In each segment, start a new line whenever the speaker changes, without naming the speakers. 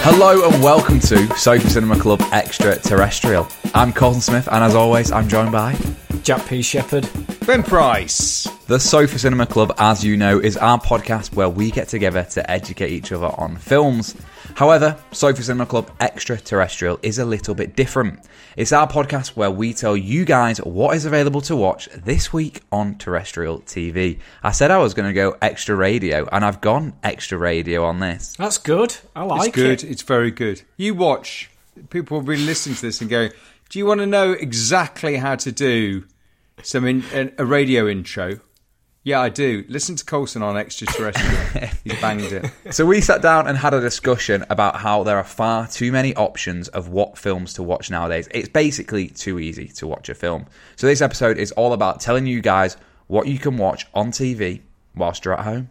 Hello and welcome to Sofa Cinema Club Extraterrestrial. I'm Colton Smith, and as always, I'm joined by
Jack P. Shepherd.
Ben Price.
The Sofa Cinema Club, as you know, is our podcast where we get together to educate each other on films. However, Sofa Cinema Club Extraterrestrial is a little bit different. It's our podcast where we tell you guys what is available to watch this week on terrestrial TV. I said I was going to go extra radio, and I've gone extra radio on this.
That's good. I like
it's good.
it.
It's very good. You watch. People will be listening to this and go, "Do you want to know exactly how to do some in, an, a radio intro?" Yeah, I do. Listen to Colson on Extraterrestrial. He's banged it.
So we sat down and had a discussion about how there are far too many options of what films to watch nowadays. It's basically too easy to watch a film. So this episode is all about telling you guys what you can watch on TV whilst you're at home.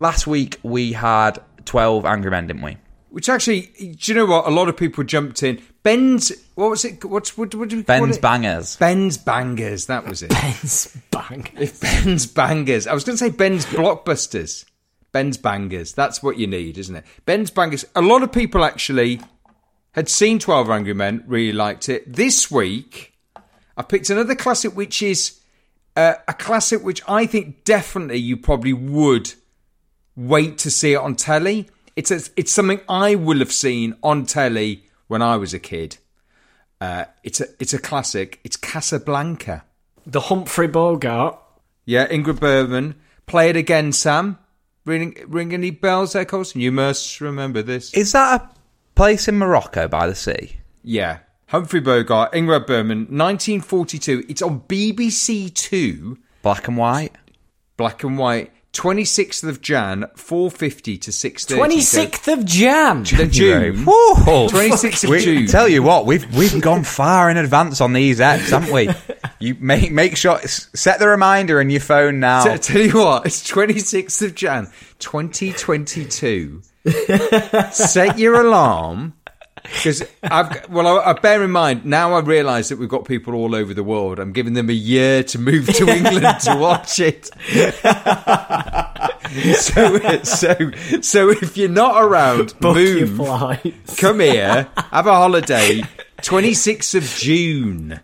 Last week we had 12 Angry Men, didn't we?
Which actually, do you know what? A lot of people jumped in. Ben's what was it? What's what, what do we call
Ben's
it?
Bangers.
Ben's bangers. That was it.
It's bang.
Ben's bangers. I was going to say Ben's blockbusters. Ben's bangers. That's what you need, isn't it? Ben's bangers. A lot of people actually had seen 12 Angry Men, really liked it. This week, I picked another classic, which is uh, a classic which I think definitely you probably would wait to see it on telly. It's, a, it's something I will have seen on telly when I was a kid. Uh, it's a it's a classic. It's Casablanca.
The Humphrey Bogart.
Yeah, Ingrid Bergman. Play it again, Sam. Ring, ring any bells there, Colson? You must remember this.
Is that a place in Morocco by the sea?
yeah. Humphrey Bogart, Ingrid Bergman, 1942. It's on BBC Two,
Black and white?
black and white, 26th of Jan, 4.50 to 6.30.
26th of Jan.
So- The June.
Woo!
26th Mm-hmm. of
We-
June.
Tell you what, we've we've gone far in advance on these apps, haven't we? You make make sure s- set the reminder in your phone now.
T- tell you what, it's 26th of Jan, 2022. Set your alarm. Because I've g- well, I, I bear in mind now. I realise that we've got people all over the world. I'm giving them a year to move to England to watch it. so, so, so if you're not around,
Book your
move.
flights.
Come here, have a holiday. 26th of June,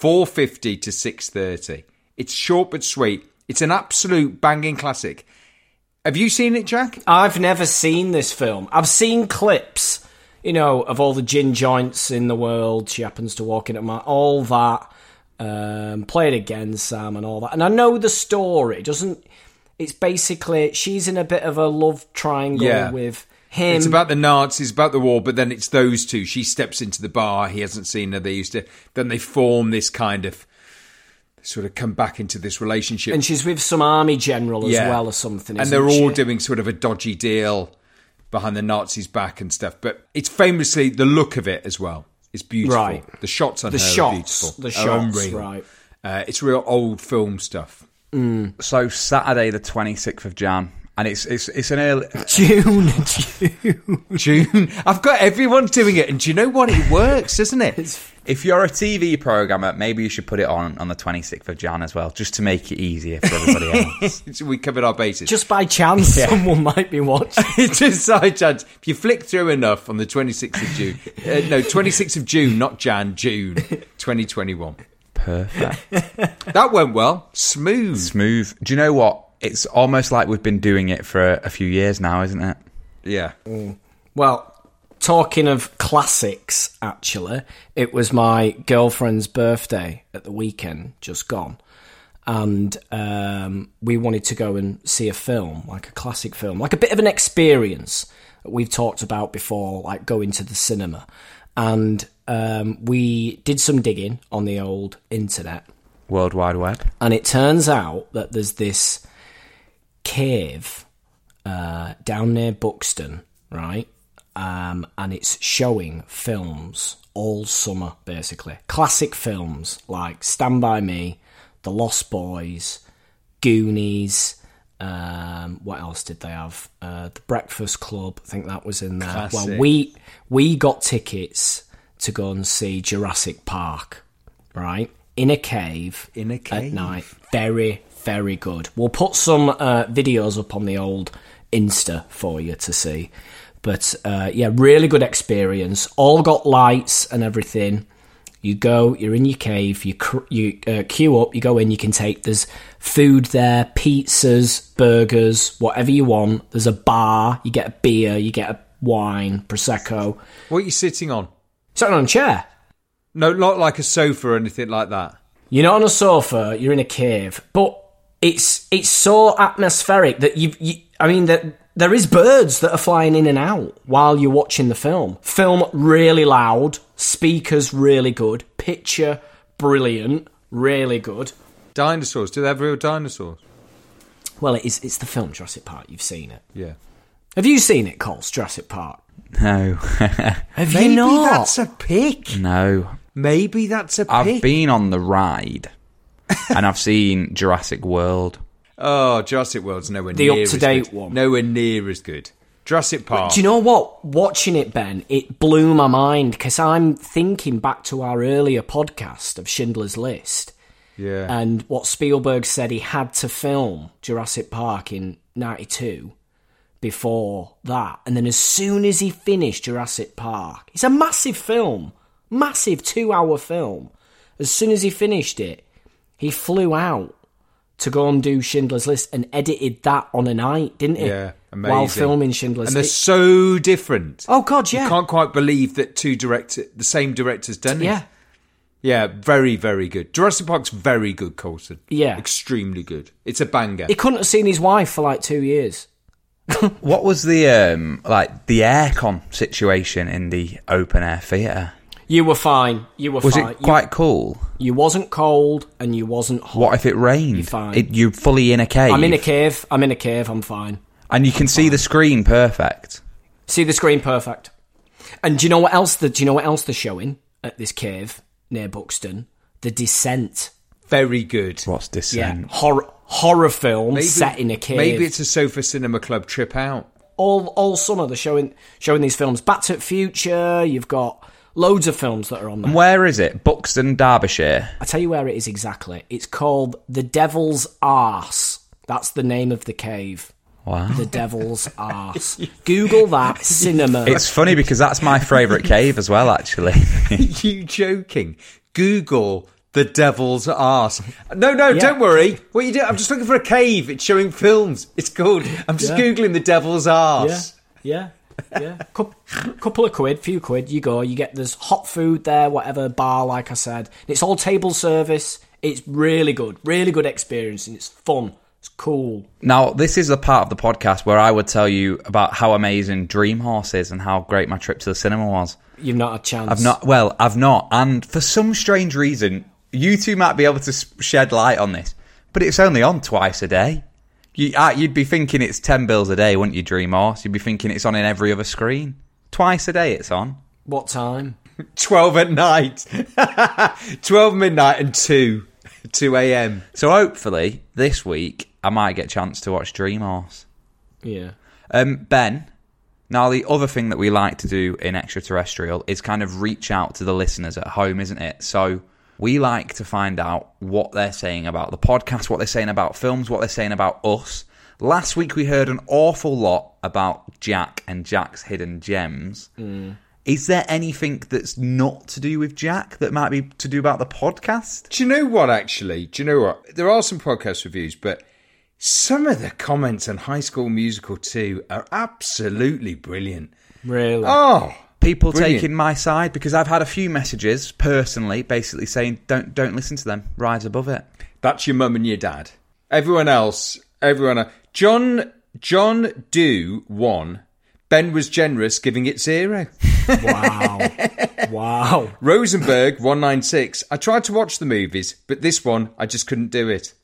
4:50 to 6:30. It's short but sweet. It's an absolute banging classic. Have you seen it, Jack?
I've never seen this film. I've seen clips, you know, of all the gin joints in the world. She happens to walk in at my all that. Um, play it again, Sam, and all that. And I know the story. It doesn't it's basically she's in a bit of a love triangle
Yeah.
with him.
It's about the Nazis, about the war, but then it's those two. She steps into the bar. He hasn't seen her. They used to. Then they form this kind of sort of come back into this relationship.
and she's with some army general as
Yeah.
well or something.
and
isn't
they're all
she?
doing sort of a dodgy deal behind the Nazis' back and stuff. But it's famously the look of it as well. It's beautiful.
Right.
The shots on
the
her are
shots,
beautiful.
the
Are
shots,
unreal.
right?
Uh, it's real old film stuff.
so Saturday the twenty sixth of Jan, and it's it's it's an early.
June, June.
June. I've got everyone doing it, and do you know what? It works, doesn't it?
If you're a TV programmer, maybe you should put it on on the twenty sixth of Jan as well, just to make it easier for everybody else.
It's- we covered our bases.
Just by chance, someone might be watching.
it's a side chance. If you flick through enough on the 26th of June, uh, no, 26th of June, not Jan, June 2021.
Perfect.
That went well. Smooth.
Smooth. Do you know what? It's almost like we've been doing it for a, a few years now, isn't it?
Yeah.
Well, talking of classics, actually, it was my girlfriend's birthday at the weekend, just gone. and um, we wanted to go and see a film, like a classic film, like a bit of an experience that we've talked about before, like going to the cinema. And um, we did some digging on the old internet,
World Wide Web.
and it turns out that there's this cave uh, down near Buxton, right? Um, and it's showing films all summer, basically. Classic films like Stand By Me, The Lost Boys, Goonies. Um, what else did they have? Uh, the Breakfast Club. I think that was in there. Well,
Classic.
we we got tickets to go and see Jurassic Park, right? In a cave.
In a
At
cave.
night. Very, very good. We'll put some uh, videos up on the old Insta for you to see. But uh, yeah, really good experience. All got lights and everything. You go, you're in your cave, you cr- you uh, queue up, you go in, you can take there's food there, pizzas, burgers, whatever you want. There's a bar, you get a beer, you get a wine, prosecco.
What are you sitting on?
Sat on a chair.
No, not like a sofa or anything like that.
You're not on a sofa. You're in a cave, but it's it's so atmospheric that you've, you. I mean that there is birds that are flying in and out while you're watching the film. Film really loud, speakers really good, picture brilliant, really good.
Dinosaurs. Do they have real dinosaurs?
Well, it is. It's the film Jurassic Park. You've seen it.
Yeah.
Have you seen it, Coles? Jurassic Park.
No,
Have
Maybe
you not?
that's a pick.
no.
Maybe that's a
I've
pick.
been on the ride, and I've seen Jurassic World.
Oh, Jurassic World's nowhere
The
near
up-to-date
as good.
one.
Nowhere near as good. Jurassic Park.
Do you know what? Watching it, Ben, it blew my mind because I'm thinking back to our earlier podcast of Schindler's List.
Yeah.
and what Spielberg said he had to film Jurassic Park in 92 before that. And then as soon as he finished Jurassic Park, it's a massive film, massive two hour film. As soon as he finished it, he flew out to go and do Schindler's List and edited that on a night, didn't he?
yeah. Amazing.
While filming Schindler's
and they're
List.
so different.
Oh, God, yeah.
You can't quite believe that two director, the same director's done it.
yeah.
Yeah, very, very good. Jurassic Park's very good, Colson.
Yeah.
Extremely good. It's a banger.
He couldn't have seen his wife for like two years.
What was the um like the aircon situation in the open air theatre?
You were fine. You were
Was
fine.
it quite cool?
you, you wasn't cold and you wasn't hot.
What if it rained?
You're fine.
It, you're fully in a cave.
I'm in a cave. I'm in a cave. I'm fine.
and you can see the screen perfect.
See the screen, perfect. And do you know what else? The, do you know what else they're showing at this cave near Buxton? The Descent.
very good.
What's
Yeah,
descent?
horror horror film set in a cave.
Maybe it's a Sofa Cinema Club trip out.
all all summer they're showing showing these films. Back to the Future. You've got loads of films that are on there.
And where is it? Buxton, Derbyshire.
I tell you where it is exactly. It's called the Devil's Arse. That's the name of the cave.
Wow.
The Devil's Arse. Google that cinema.
It's funny because that's my favourite cave as well, actually.
you joking? Google the devil's arse. No, no, don't worry. What you do? I'm just looking for a cave. It's showing films. It's good. I'm just
Yeah.
googling the devil's arse.
Yeah, yeah, yeah. Coup couple of quid, few quid. You go, you get there's hot food there, whatever bar, like I said. And it's all table service. It's really good, really good experience, and it's fun. It's cool.
now, this is the part of the podcast where I would tell you about how amazing Dream Horse is and how great my trip to the cinema was.
You've not a chance.
I've not, well, I've not. And for some strange reason, you two might be able to s- shed light on this, but it's only on twice a day. You, uh, you'd be thinking it's 10 bills a day, wouldn't you, Dream Horse? You'd be thinking it's on in every other screen. Twice a day it's on.
What time?
12 at night. 12 midnight and 2. 2 a.m.
So hopefully this week I might get a chance to watch Dream Horse.
Yeah.
Um, ben, now the other thing that we like to do in extraterrestrial is kind of reach out to the listeners at home, isn't it? So we like to find out what they're saying about the podcast, what they're saying about films, what they're saying about us. Last week we heard an awful lot about Jack and Jack's hidden gems. Is there anything that's not to do with Jack that might be to do about the podcast?
Do you know what, actually? Do you know what? There are some podcast reviews, but some of the comments on High School Musical 2 are absolutely brilliant.
Really?
Oh,
People
Brilliant.
taking my side because I've had a few messages personally, basically saying don't don't listen to them, rise above it.
That's your mum and your dad. Everyone else, everyone. el- John John do one. Ben was generous, giving it zero.
Wow. wow.
Rosenberg one nine six. I tried to watch the movies, but this one I just couldn't do it.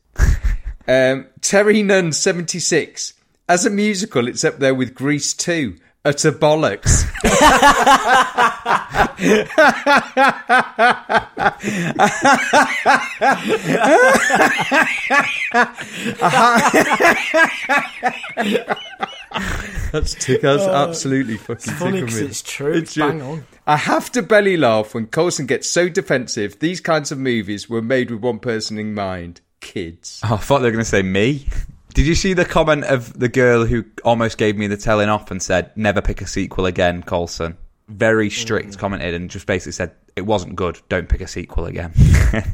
Um, Terry Nunn seventy six. As a musical, it's up there with Grease two. Utter bollocks. That's tick. That's absolutely fucking
funny
tickled
'cause
me.
Oh, it's true. It's
ju-
bang on.
I have to belly laugh when Colson gets so defensive. These kinds of movies were made with one person in mind: kids.
Oh, I thought they were going to say me. Did you see the comment of the girl who almost gave me the telling off and said, never pick a sequel again, Colson? Very
Mm.
strict commented and just basically said, it wasn't good, don't pick a sequel again.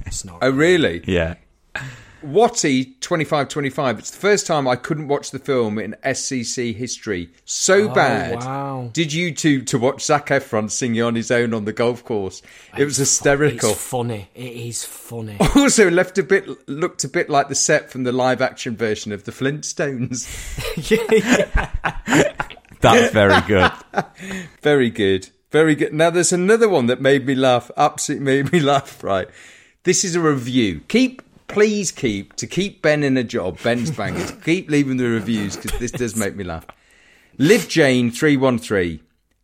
It's not.
Oh, really?
yeah.
Watty twenty five twenty five. It's the first time I couldn't watch the film in SCC history. So bad.
wow.
Did you two to watch Zac Efron singing on his own on the golf course? It was hysterical.
It's funny. It is funny.
Also, left a bit looked a bit like the set from the live action version of the Flintstones.
That's very good.
Very good. Very good. Now, there's another one that made me laugh. Absolutely made me laugh, right? This is a review. Keep, please keep, to keep Ben in a job, Ben's bangers, keep leaving the reviews because this does make me laugh. Live Jane 313.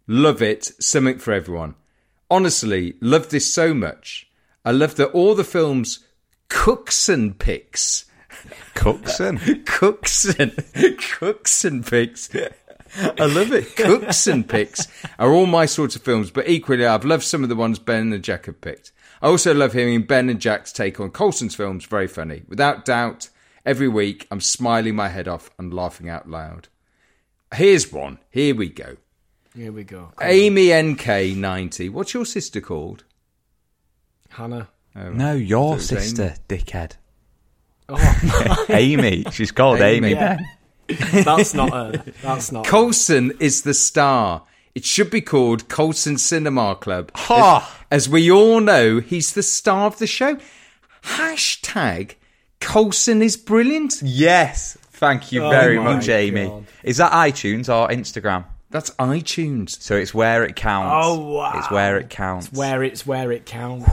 Love it. Something for everyone. Honestly, love this so much. I love that all the films Cookson picks.
Cookson.
Cookson, Cookson picks. I love it. Cookson picks are all my sorts of films, but equally, I've loved some of the ones Ben and Jack have picked. I also love hearing Ben and Jack's take on Colson's films. Very funny, without doubt. Every week, I'm smiling my head off and laughing out loud. Here's one. Here we go.
Here we go.
Amy NK90. What's your sister called?
Hannah.
Oh, No, your
So it's
sister, dickhead.
Oh,
Amy. She's called
Amy.
Amy.
yeah. That's not a. That's not.
Colson is the star. It should be called Colson Cinema Club.
Ha!
As, as we all know, he's the star of the show. Hashtag Colson is brilliant.
Yes. Thank you
Oh
very
my
much, Amy.
God.
Is that iTunes or Instagram?
That's iTunes.
So it's where it counts.
Oh, wow.
It's where it counts.
where it's where it counts.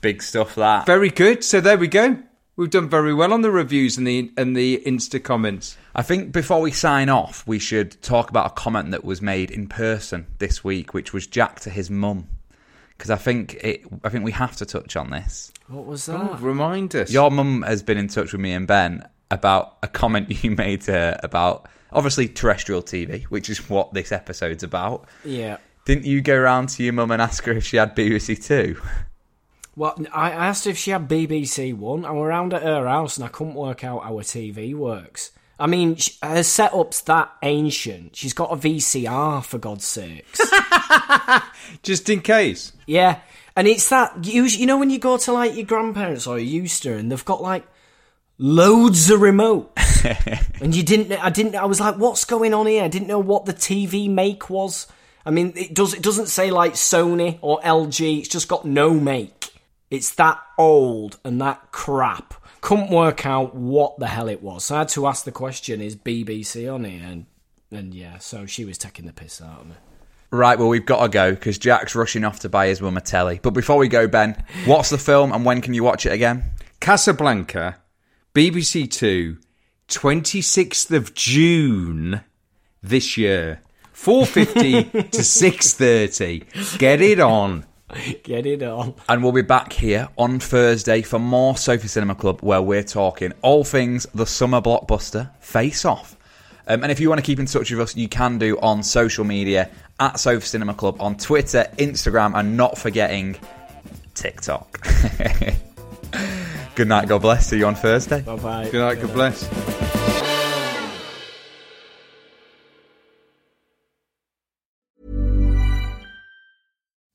Big stuff that.
Very good. So there we go. We've done very well on the reviews and the and the Insta comments.
I think before we sign off, we should talk about a comment that was made in person this week, which was Jack to his mum. Because I think it, I think we have to touch on this.
What was that?
Oh, remind us.
Your mum has been in touch with me and Ben about a comment you made to her about obviously terrestrial TV, which is what this episode's about.
Yeah.
Didn't you go round to your mum and ask her if she had BBC Two?
Well, I asked if she had BBC One, and we're round at her house, and I couldn't work out how her TV works. I mean, sh her setup's that ancient. She's got a VCR, for God's sakes.
Just in case.
yeah, and it's that you you know when you go to like your grandparents or your used to, and they've got like loads of remotes, and you didn't. I didn't. I was like, what's going on here? I didn't know what the TV make was. I mean, it does. It doesn't say like Sony or LG. It's just got no make. It's that old and that crap. Couldn't work out what the hell it was. So I had to ask the question: Is BBC on here? And and yeah, so she was taking the piss out of me.
Right, well, we've got to go because Jack's rushing off to buy his mum a telly. But before we go, Ben, what's the film and when can you watch it again?
Casablanca, BBC Two, 26th of June this year. 4.50 to 6.30. Get it on.
Get it on.
And we'll be back here on Thursday for more Sofa Cinema Club where we're talking all things the summer blockbuster face off. Um, and if you want to keep in touch with us, you can do on social media at Sofa Cinema Club on Twitter, Instagram, and not forgetting TikTok. Good night, God bless. See you on Thursday.
Bye bye.
Good night, God bless.